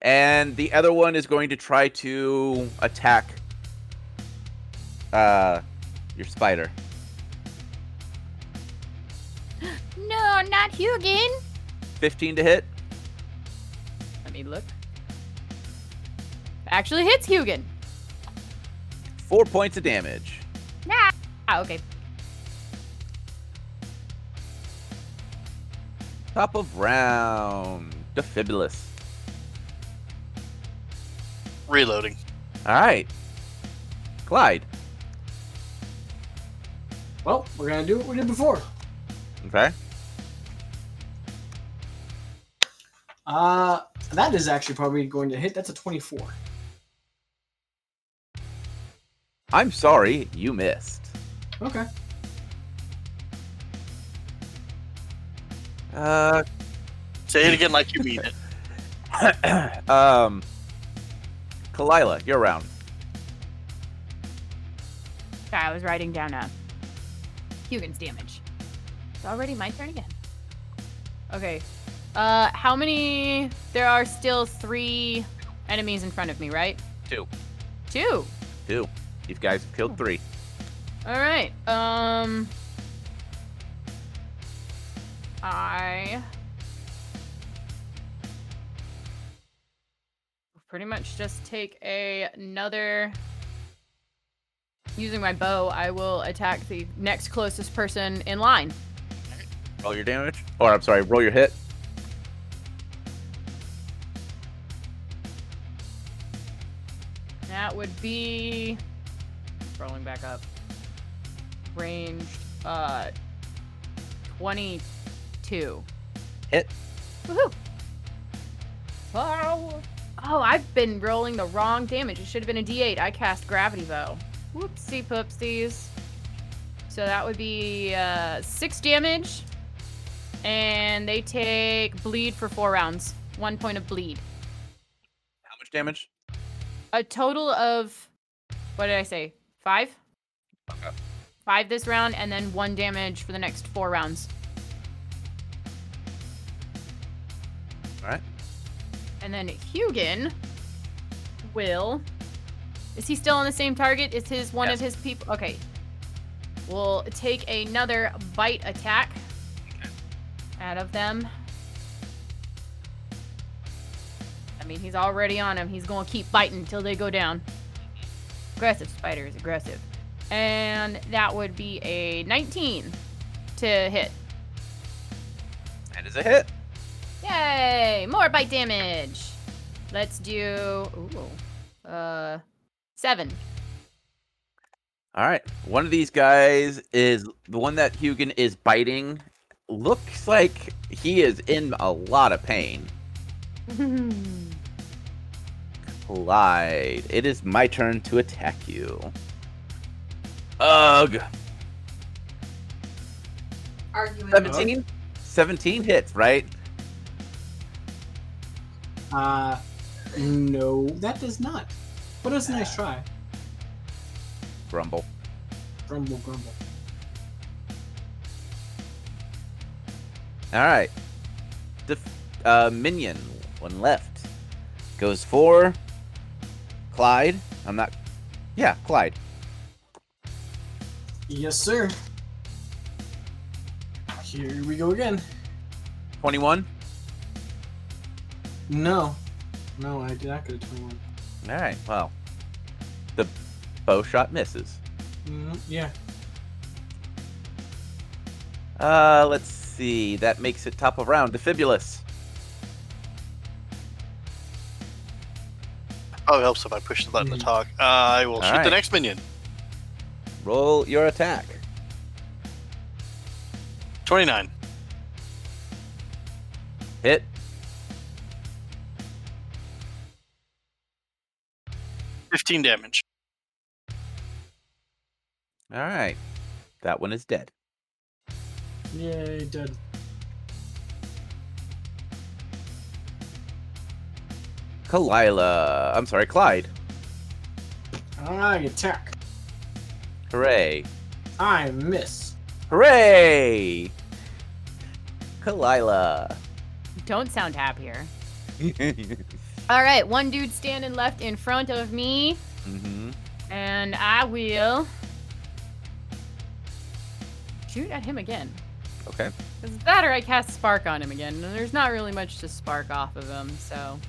And the other one is going to try to attack uh, your spider.
No, not Hugin.
15 to hit.
Let me look. Actually hits Hugin.
Four points of damage.
Nah. Ah, okay.
Top of round. Defibulus.
Reloading.
All right. Clyde.
Well, we're gonna do what we did before.
Okay.
Uh, that is actually probably going to hit. That's a 24.
I'm sorry, you missed.
Okay.
Uh,
Say it again like you mean it.
um, Kalila, you're round.
Sorry, I was writing down uh, Hugin's damage. It's already my turn again. Okay. Uh, how many? There are still three enemies in front of me, right?
Two.
Two.
Two. These guys have killed three.
All right. Um. I. Pretty much just take a, another. Using my bow, I will attack the next closest person in line.
Roll your damage. Or I'm sorry, roll your hit.
That would be. Scrolling back up. Ranged, uh. 22.
Hit.
Woohoo! Pow. Oh, I've been rolling the wrong damage. It should have been a d8. I cast Gravity Bow. Whoopsie poopsies. So that would be uh, six damage. And they take bleed for four rounds. One point of bleed.
How much damage?
A total of, what did I say? Five?
Okay.
Five this round, and then one damage for the next four rounds.
All right.
And then Hugin will. Is he still on the same target? Is his one of his people? Okay. We'll take another bite attack out of them. I mean, he's already on him. He's going to keep biting until they go down. Aggressive spider is aggressive. And that would be a 19 to hit.
That is a hit.
Yay! More bite damage. Let's do ooh, uh, Seven.
All right. One of these guys is the one that Hugin is biting. Looks like he is in a lot of pain. Clyde, it is my turn to attack you. Ugh.
Arguing.
17? 17 hits, right?
Uh, no, that does not. But it's a nice try.
Grumble.
Grumble, grumble.
All right. The uh, minion, one left, goes for Clyde. I'm not. Yeah, Clyde.
Yes, sir. Here we go again.
21.
No. No, I did not get a 21.
All right. Well, the bow shot misses.
Mm, yeah.
Uh, let's see. That makes it top of round. Defibulous.
Probably Oh, helps if I push the
Mm.
button to talk. Uh, I will shoot
right.
the next minion.
Roll your attack.
29.
Hit.
Fifteen damage.
All right. That one is dead.
Yay, dead.
Kalila. I'm sorry, Clyde.
I attack.
Hooray.
I miss.
Hooray! Kalila.
Don't sound happier.
Mm-hmm,
All right, one dude standing left in front of me,
hmm
and I will shoot at him again.
Okay.
It's better I cast spark on him again. and There's not really much to spark off of him, so.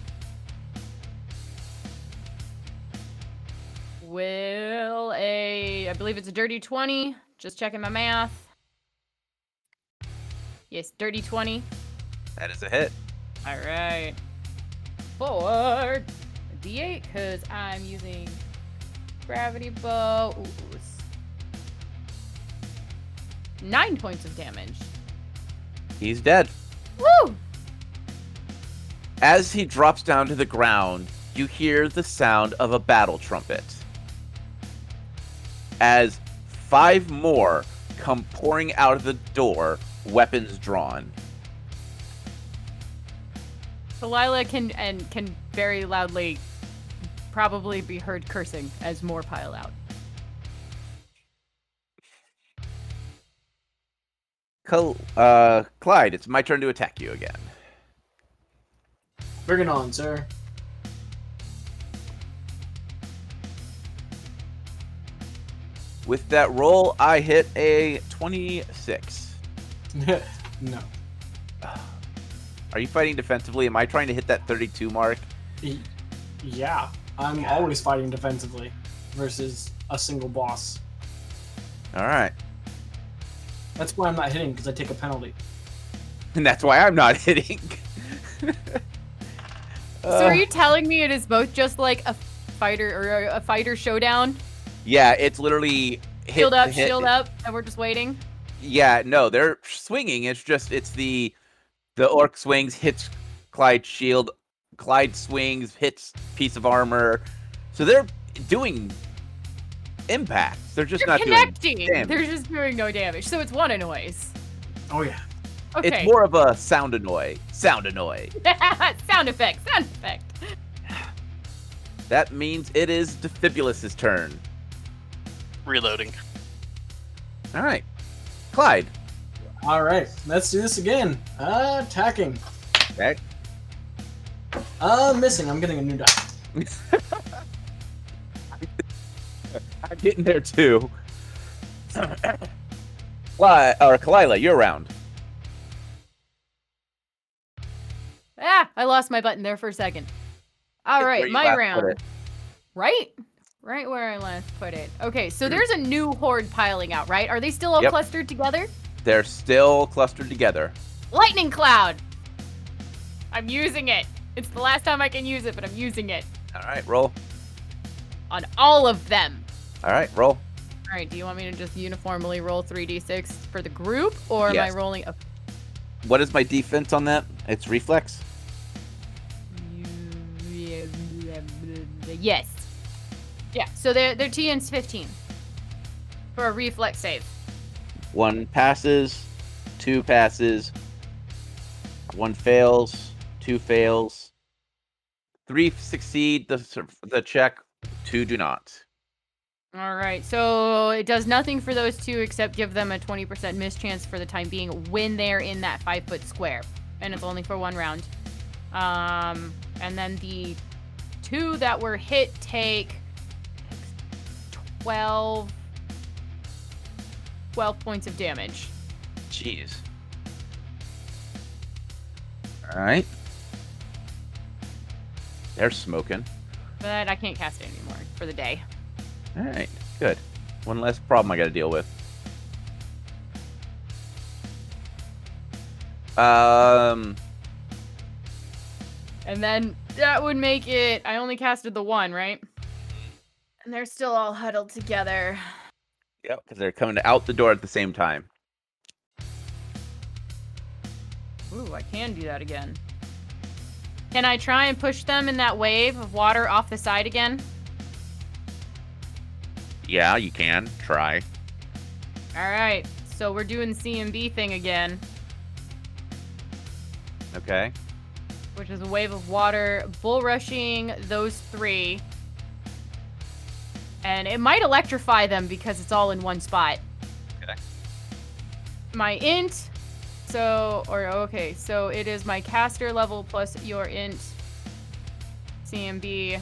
Will a I believe it's a dirty 20. Just checking my math. Yes, dirty 20.
That is a hit.
All right. Forward. D8, because I'm using gravity bow. Ooh, ooh, it's Nine points of damage.
He's dead.
Woo!
As he drops down to the ground, you hear the sound of a battle trumpet. As five more come pouring out of the door, weapons drawn.
Delilah can and can very loudly probably be heard cursing as more pile out.
Col- uh, Clyde, it's my turn to attack you again.
Bring it on, sir.
With that roll, I hit a 26.
no.
Are you fighting defensively? Am I trying to hit that 32 mark?
E- Yeah, I'm always fighting defensively versus a single boss.
All right.
That's why I'm not hitting because I take a penalty.
And that's why I'm not hitting.
so
Uh,
are you telling me it is both just like a fighter or a fighter showdown?
Yeah, it's literally hit,
Shield up,
hit-
shield up, and we're just waiting.
Yeah, no, they're swinging. It's just it's the the orc swings hits Clyde's shield, Clyde swings hits piece of armor. So they're doing impacts. They're just
They're
not
connecting.
damage.
They're just doing no damage. So it's one noise.
Oh yeah.
Okay.
doing. It's more of a sound annoy. Sound annoy.
sound effect, sound effect.
That means it is Defibulus's turn.
Reloading.
All right, Clyde.
All right, let's do this again. Attacking.
Okay.
Uh, missing. I'm getting a new die.
I'm getting there too. Clyde or Kalila, you're round.
Ah, I lost my button there for a second. All
It's where
right,
you
my
last put
round.
it.
Right? Right where I last put it. Okay, so there's a new horde piling out, right? Are they still all
Yep.
clustered together?
They're still clustered together.
Lightning cloud. I'm using it. It's the last time I can use it, but I'm using it.
All right, roll.
on all of them.
All right, roll.
All right, do you want me to just uniformly roll 3d6 for the group, or am
Yes.
I rolling a
What is my defense on that? It's reflex.
Yes. Yeah. So their their TN's 15 for a reflex save.
One passes, two passes, one fails, two fails, three succeed the sur- the check, two do not.
All right. So it does nothing for those two except give them a 20% mischance for the time being when they're in that five foot square, and it's only for one round. Um, and then the two that were hit take 12, 12 points of damage.
Jeez. All right. They're smoking.
But I can't cast it anymore for the day.
All right, good. One less problem I got to deal with. Um,
And then that would make it. I only casted the one, right? And they're still all huddled together.
yeah, because they're coming out the door at the same time.
Ooh, I can do that again. Can I try and push them in that wave of water off the side again?
Yeah, you can try.
All right. So we're doing CMB thing again,
Okay.
which is a wave of water bull rushing those three. And it might electrify them because it's all in one spot.
Okay.
My int. So, or okay, so it is my caster level plus your int CMB.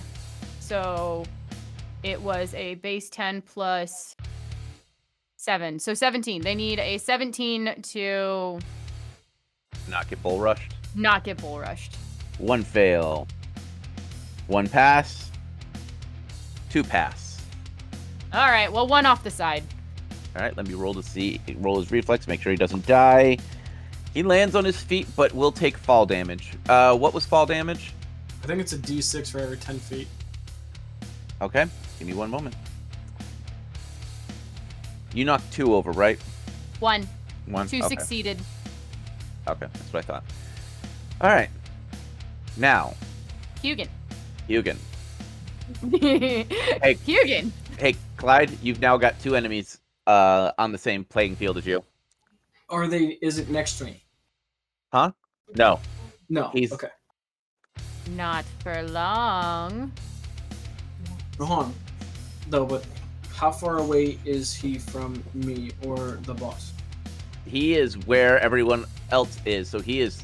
So it was a base 10 plus 7. So 17. They need a 17 to
Not get bull rushed.
not get bull rushed.
One fail. One pass. Two pass.
All right, well, one off the side.
All right, let me roll to see. Roll his reflex. Make sure he doesn't die. He lands on his feet, but will take fall damage. Uh, what was fall damage?
I think it's a D6 for every 10 feet.
Okay, give me one moment. You knocked two over, right?
One.
One.
Two
okay.
succeeded.
Okay, that's what I thought. All right. Now,
Hugin.
Hugin.
Hugin.
Hey, Clyde, you've now got two enemies uh, on the same playing field as you.
Are they? Is it next to me?
No,
No.
He's-
Okay.
Not for long.
Hold on. Though, but how far away is he from me or the boss?
he is where everyone else is, so he is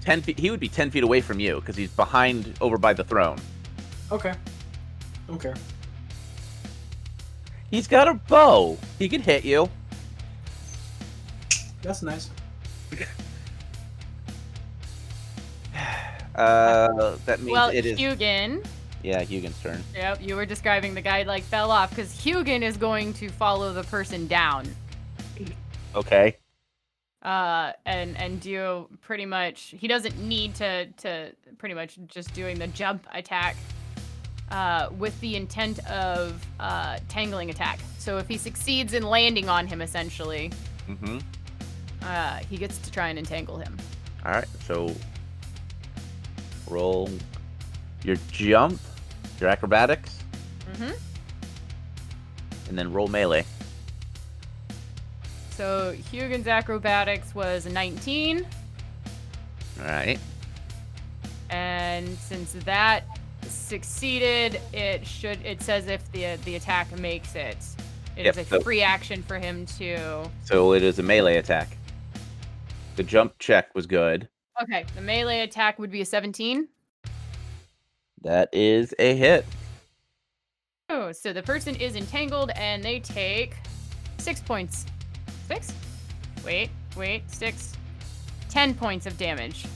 ten feet. He would be ten feet away from you because he's behind, over by the throne.
Okay. Okay.
He's got a bow. He could hit you.
That's nice.
Uh, that means
Well,
it is.
Hugin.
yeah, Hugin's turn.
Yep, you were describing the guy like fell off because Hugin is going to follow the person down.
Okay.
Uh, and and do pretty much he doesn't need to to pretty much just doing the jump attack uh, with the intent of uh, tangling attack. So if he succeeds in landing on him, essentially,
Mm-hmm.
uh, he gets to try and entangle him.
All right, so roll your jump, your acrobatics,
Mm-hmm.
and then roll melee.
So Hugin's acrobatics was a 19,
All right.
and since that succeeded, it should. It says if the the attack makes it, it
Yep,
is a
so-
free action for him to.
So it is a melee attack. The jump check was good.
Okay, the melee attack would be a 17.
That is a hit.
Oh, so the person is entangled, and they take six points. Six? Wait, wait, six. Ten points of damage.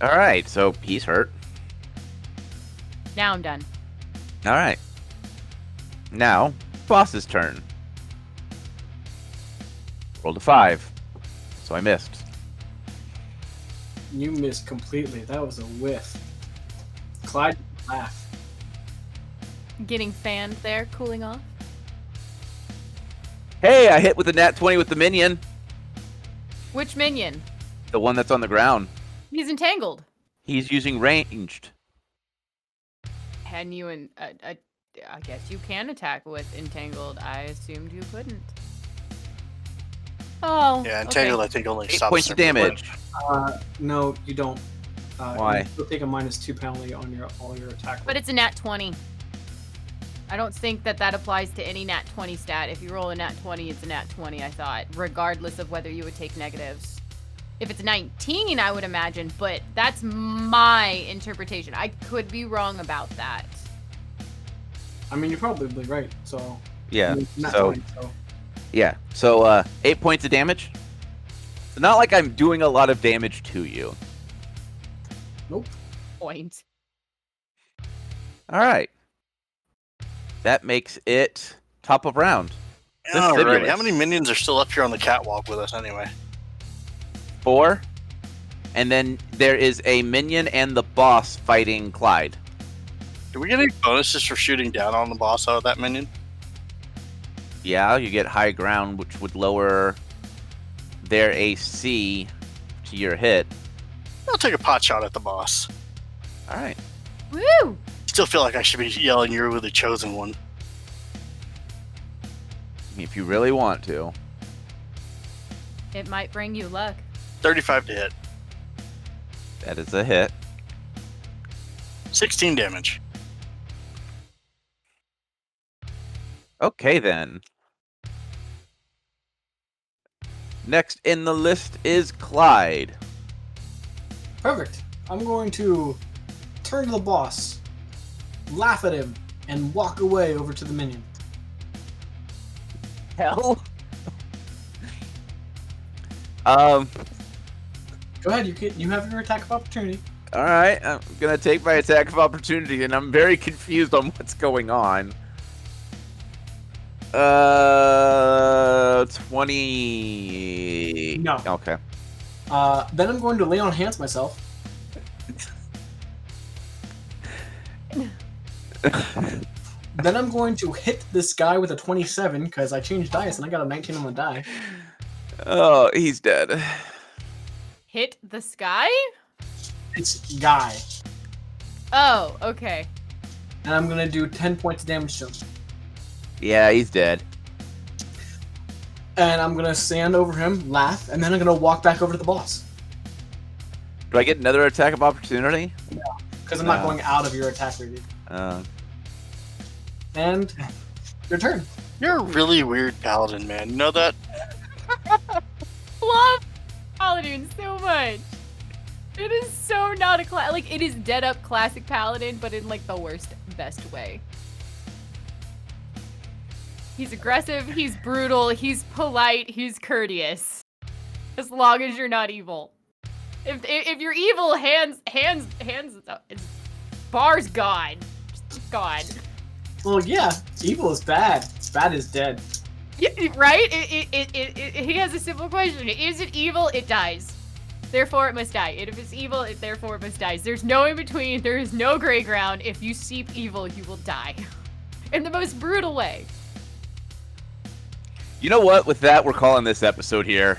All right, so he's hurt.
Now I'm done.
All right. Now, boss's turn. Rolled a five, so I missed.
You missed completely. That was a whiff. Clyde ah, laugh.
getting fanned there, cooling off.
Hey, I hit with the nat 20 with the minion.
Which minion?
The one that's on the ground.
He's entangled.
He's using ranged.
Can you and uh, uh, I guess you can attack with entangled. I assumed you couldn't. Oh.
Yeah,
okay.
entangled. I think only
Eight
stops
points of
their movement.
damage.
Uh, no, you don't. Uh,
Why?
You'll take a minus two penalty on your all your attack.
But
rolls.
it's a nat 20. I don't think that that applies to any nat 20 stat. If you roll a nat 20, it's a nat 20, I thought, regardless of whether you would take negatives. If it's 19, I would imagine, but that's my interpretation. I could be wrong about that.
I mean, you're probably right. So I
Yeah.
mean, not
So
20, so
yeah. So uh, eight points of damage. It's not like I'm doing a lot of damage to you.
Point.
All right. That makes it top of round. This
All right.
stimulus.
How many minions are still up here on the catwalk with us anyway?
Four. And then there is a minion and the boss fighting Clyde.
Do we get any bonuses for shooting down on the boss out of that minion?
Yeah, you get high ground, which would lower their AC to your hit.
I'll take a pot shot at the boss.
All right.
Woo!
Still feel like I should be yelling, "You're the chosen one."
If you really want to.
It might bring you luck.
Thirty-five to hit,
That is a hit.
sixteen damage.
Okay, then. Next in the list is Clyde.
perfect. I'm going to turn to the boss, laugh at him, and walk away over to the minion.
Hell? um,
Go ahead. You can, you have your attack of opportunity.
all right. I'm going to take my attack of opportunity, and I'm very confused on what's going on. Uh, 20.
No.
Okay.
Uh, then I'm going to lay on hands myself. then I'm going to hit this guy with a 27 because I changed dice and I got a 19 on the die.
Oh, he's dead.
Hit the sky?
It's guy,
Oh, okay.
and I'm gonna do 10 points of damage to him.
Yeah, he's dead.
And I'm gonna stand over him, laugh, and then I'm gonna walk back over to the boss
Do I get another attack of opportunity?
because I'm not
Wow.
going out of your attack radius.
Uh,
And your turn.
You're a really weird paladin, man. You know that?
Love Paladin so much. It is so not a class. Like, it is dead up classic Paladin, but in like the worst, best way. He's aggressive, he's brutal, he's polite, he's courteous. As long as you're not evil. If if if you're evil, hands, hands, hands, it's bars God. Just God.
Well, yeah, evil is bad. Bad is dead.
Yeah, right? It, it, it, it, it, he has a simple question. Is it evil? It dies. Therefore, it must die. And if it's evil, it therefore it must die. There's no in between. There is no gray ground. If you seep evil, you will die. In the most brutal way.
you know what? With that, we're calling this episode here.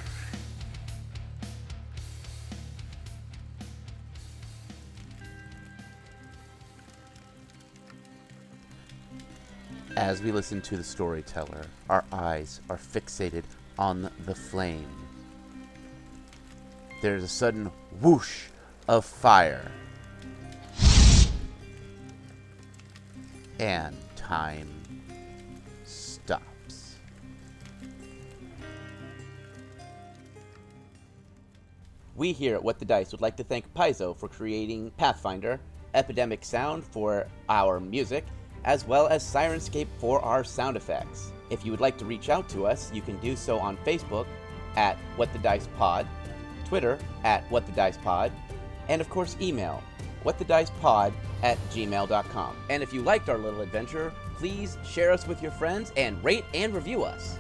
As we listen to the storyteller, our eyes are fixated on the flame. There's a sudden whoosh of fire. And time stops.
We here at What the Dice would like to thank Paizo for creating Pathfinder, Epidemic Sound for our music, as well as Sirenscape for our sound effects. If you would like to reach out to us, you can do so on Facebook at What the Dice Pod, Twitter at What the Dice Pod, and of course email whatthedicepod at gmail.com. And if you liked our little adventure, please share us with your friends and rate and review us.